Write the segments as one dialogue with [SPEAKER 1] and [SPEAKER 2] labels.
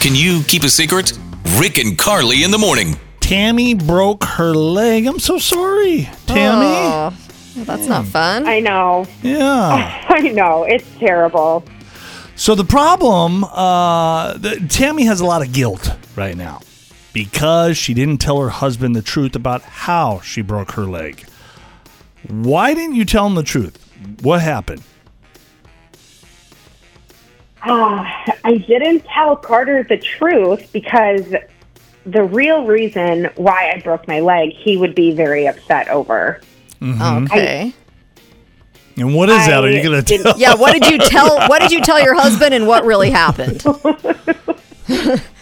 [SPEAKER 1] Can you keep a secret? Rick and Carly in the morning.
[SPEAKER 2] Tammy broke her leg. I'm so sorry, Tammy.
[SPEAKER 3] Oh, that's
[SPEAKER 2] Hmm.
[SPEAKER 3] not fun.
[SPEAKER 4] I know.
[SPEAKER 2] Yeah.
[SPEAKER 4] I know. It's terrible.
[SPEAKER 2] So the problem, uh, the, Tammy has a lot of guilt right now because she didn't tell her husband the truth about how she broke her leg. Why didn't you tell him the truth? What happened?
[SPEAKER 4] Ah, I didn't tell Carter the truth because the real reason why I broke my leg, he would be very upset over.
[SPEAKER 2] Mm-hmm.
[SPEAKER 3] Okay.
[SPEAKER 2] And what is that? Are you
[SPEAKER 4] I
[SPEAKER 2] going to
[SPEAKER 4] didn't-
[SPEAKER 2] tell?
[SPEAKER 3] Yeah. What did you tell? What did you tell your husband, and what really happened?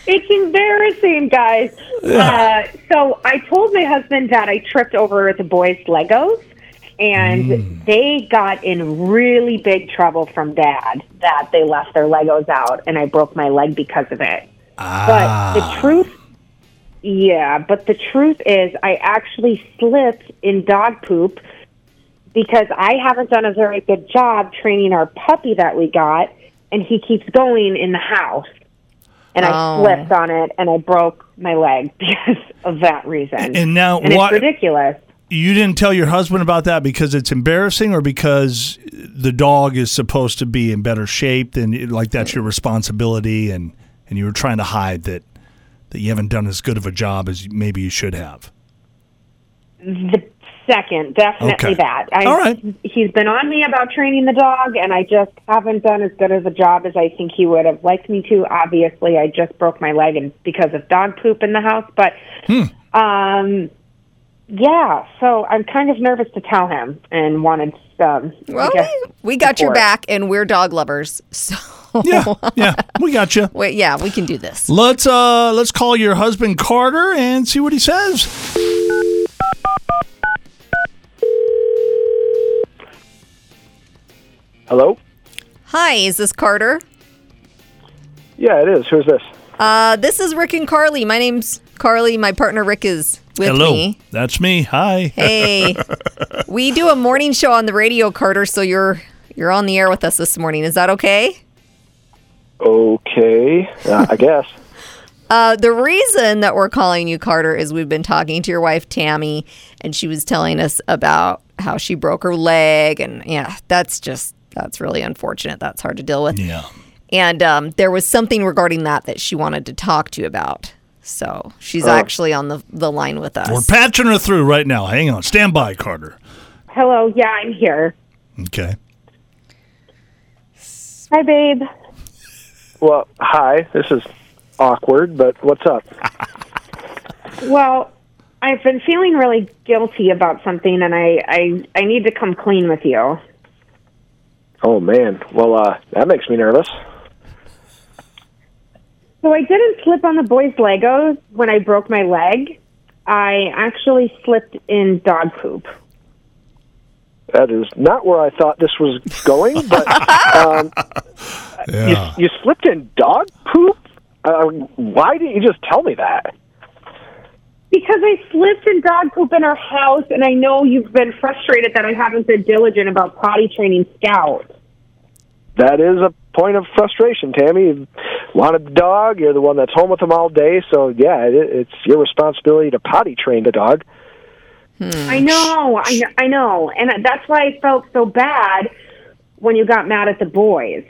[SPEAKER 4] It's embarrassing, guys. Uh, so I told my husband that I tripped over the boys' Legos, and
[SPEAKER 2] Mm.
[SPEAKER 4] they got in really big trouble from dad that they left their Legos out, and I broke my leg because of it.
[SPEAKER 2] Ah.
[SPEAKER 4] But the truth, yeah, but the truth is, I actually slipped in dog poop because I haven't done a very good job training our puppy that we got, and he keeps going in the house. And I
[SPEAKER 3] Oh.
[SPEAKER 4] slipped on it, and I broke my leg because of that reason.
[SPEAKER 2] And now
[SPEAKER 4] and
[SPEAKER 2] why-
[SPEAKER 4] it's ridiculous.
[SPEAKER 2] You didn't tell your husband about that because it's embarrassing, or because the dog is supposed to be in better shape than like that's your responsibility, and and you were trying to hide that that you haven't done as good of a job as maybe you should have.
[SPEAKER 4] The second, definitely
[SPEAKER 2] Okay.
[SPEAKER 4] that. I,
[SPEAKER 2] All right.
[SPEAKER 4] He's been on me about training the dog, and I just haven't done as good of a job as I think he would have liked me to. Obviously, I just broke my leg and because of dog poop in the house, but
[SPEAKER 2] Hmm.
[SPEAKER 4] um, yeah. So I'm kind of nervous to tell him, and wanted some. I
[SPEAKER 3] Well,
[SPEAKER 4] guess,
[SPEAKER 3] we, we got your
[SPEAKER 4] support.
[SPEAKER 3] back, and we're dog lovers. So
[SPEAKER 2] Yeah, yeah, we got you.
[SPEAKER 3] wait, yeah, we can do this.
[SPEAKER 2] Let's uh let's call your husband Carter and see what he says.
[SPEAKER 5] Hello?
[SPEAKER 3] Hi, is this Carter?
[SPEAKER 5] Yeah, it is. Who's this?
[SPEAKER 3] Uh, this is Rick and Carly. My name's Carly. My partner Rick is with
[SPEAKER 2] Hello,
[SPEAKER 3] me.
[SPEAKER 2] that's me. Hi.
[SPEAKER 3] Hey, we do a morning show on the radio, Carter. So you're you're on the air with us this morning. Is that okay?
[SPEAKER 5] Okay, uh, I guess.
[SPEAKER 3] Uh, the reason that we're calling you Carter is we've been talking to your wife Tammy, and she was telling us about how she broke her leg, and yeah, that's just that's really unfortunate. That's hard to deal with.
[SPEAKER 2] Yeah.
[SPEAKER 3] And um, there was something regarding that that she wanted to talk to you about. So she's actually on the the line with us.
[SPEAKER 2] Oh. We're patching her through right now. Hang on. Stand by, Carter.
[SPEAKER 4] Hello, yeah, I'm here.
[SPEAKER 2] Okay.
[SPEAKER 4] Hi, babe.
[SPEAKER 5] Well, hi. This is awkward, but what's up?
[SPEAKER 4] Well, I've been feeling really guilty about something, and I I, I need to come clean with you.
[SPEAKER 5] Oh man. Well, uh, that makes me nervous.
[SPEAKER 4] So I didn't slip on the boys' Legos when I broke my leg. I actually slipped in dog poop.
[SPEAKER 5] That is not where I thought this was going, but um,
[SPEAKER 2] Yeah.
[SPEAKER 5] you slipped in dog poop. Uh, why didn't you just tell me that?
[SPEAKER 4] Because I slipped in dog poop in our house, and I know you've been frustrated that I haven't been diligent about potty training Scout.
[SPEAKER 5] That is a point of frustration, Tammy. You wanted the dog. You're the one that's home with him all day, so yeah, it, it's your responsibility to potty train the dog.
[SPEAKER 4] I know, I, kn- I know. And that's why I felt so bad when you got mad at the boys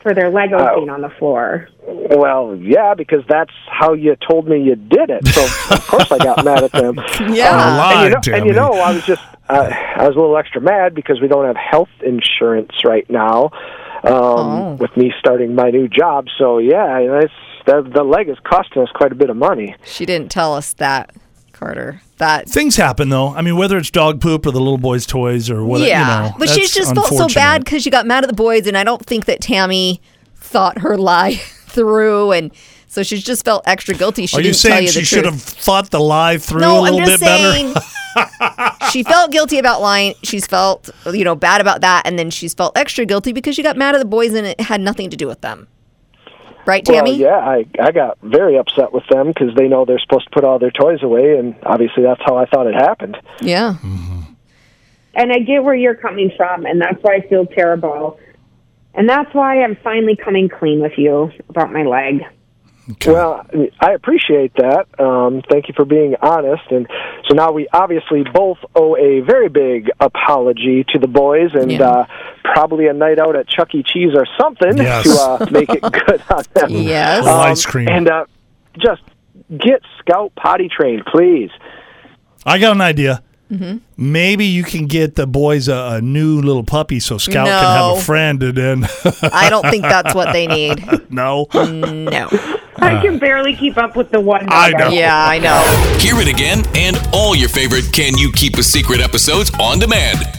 [SPEAKER 4] for their Legos
[SPEAKER 5] Oh.
[SPEAKER 4] being on the floor.
[SPEAKER 5] Well, yeah, because that's how you told me you did it. So of course I got mad at them.
[SPEAKER 3] yeah.
[SPEAKER 5] Uh, And you,
[SPEAKER 2] Lied,
[SPEAKER 5] know,
[SPEAKER 2] Tammy.
[SPEAKER 5] and you know, I was just uh, I was a little extra mad because we don't have health insurance right now. Um,
[SPEAKER 3] Oh.
[SPEAKER 5] With me starting my new job, so yeah, it's, the, the leg is costing us quite a bit of money.
[SPEAKER 3] She didn't tell us that, Carter. That
[SPEAKER 2] Things happen though. I mean, whether it's dog poop or the little boy's toys or whatever.
[SPEAKER 3] yeah,
[SPEAKER 2] you know,
[SPEAKER 3] but she
[SPEAKER 2] that's
[SPEAKER 3] just felt so
[SPEAKER 2] unfortunate.
[SPEAKER 3] bad because she got mad at the boys, and I don't think that Tammy thought her lie through, and so she just felt extra guilty. She
[SPEAKER 2] Are you
[SPEAKER 3] didn't tell
[SPEAKER 2] saying
[SPEAKER 3] you
[SPEAKER 2] she
[SPEAKER 3] the
[SPEAKER 2] should
[SPEAKER 3] truth.
[SPEAKER 2] have thought the lie through a
[SPEAKER 3] No, I'm
[SPEAKER 2] little bit
[SPEAKER 3] just
[SPEAKER 2] better?
[SPEAKER 3] saying. she felt guilty about lying. She's felt you know bad about that, and then she's felt extra guilty because she got mad at the boys, and it had nothing to do with them. Right, Tammy?
[SPEAKER 5] Well, yeah, I I got very upset with them because they know they're supposed to put all their toys away, and obviously that's how I thought it happened.
[SPEAKER 3] Yeah.
[SPEAKER 2] Mm-hmm.
[SPEAKER 4] and I get where you're coming from, and that's why I feel terrible. And that's why I'm finally coming clean with you about my leg.
[SPEAKER 2] Okay.
[SPEAKER 5] Well, Uh, I appreciate that. Um, thank you for being honest. And so now we obviously both owe a very big apology to the boys and
[SPEAKER 3] Yeah.
[SPEAKER 5] uh, probably a night out at Chuck E. Cheese or something
[SPEAKER 2] Yes.
[SPEAKER 5] to uh, make it good on them.
[SPEAKER 3] Yes.
[SPEAKER 2] Little ice cream.
[SPEAKER 5] And uh, just get Scout potty trained, please.
[SPEAKER 2] I got an idea.
[SPEAKER 3] Mm-hmm.
[SPEAKER 2] Maybe you can get the boys a, a new little puppy so Scout can have
[SPEAKER 3] No.
[SPEAKER 2] a friend, and then
[SPEAKER 3] I don't think that's what they need.
[SPEAKER 2] no,
[SPEAKER 3] No.
[SPEAKER 4] I can barely keep up with the one.
[SPEAKER 2] I
[SPEAKER 4] number.
[SPEAKER 2] know.
[SPEAKER 3] Yeah, I know.
[SPEAKER 1] Hear it again and all your favorite Can You Keep a Secret episodes on demand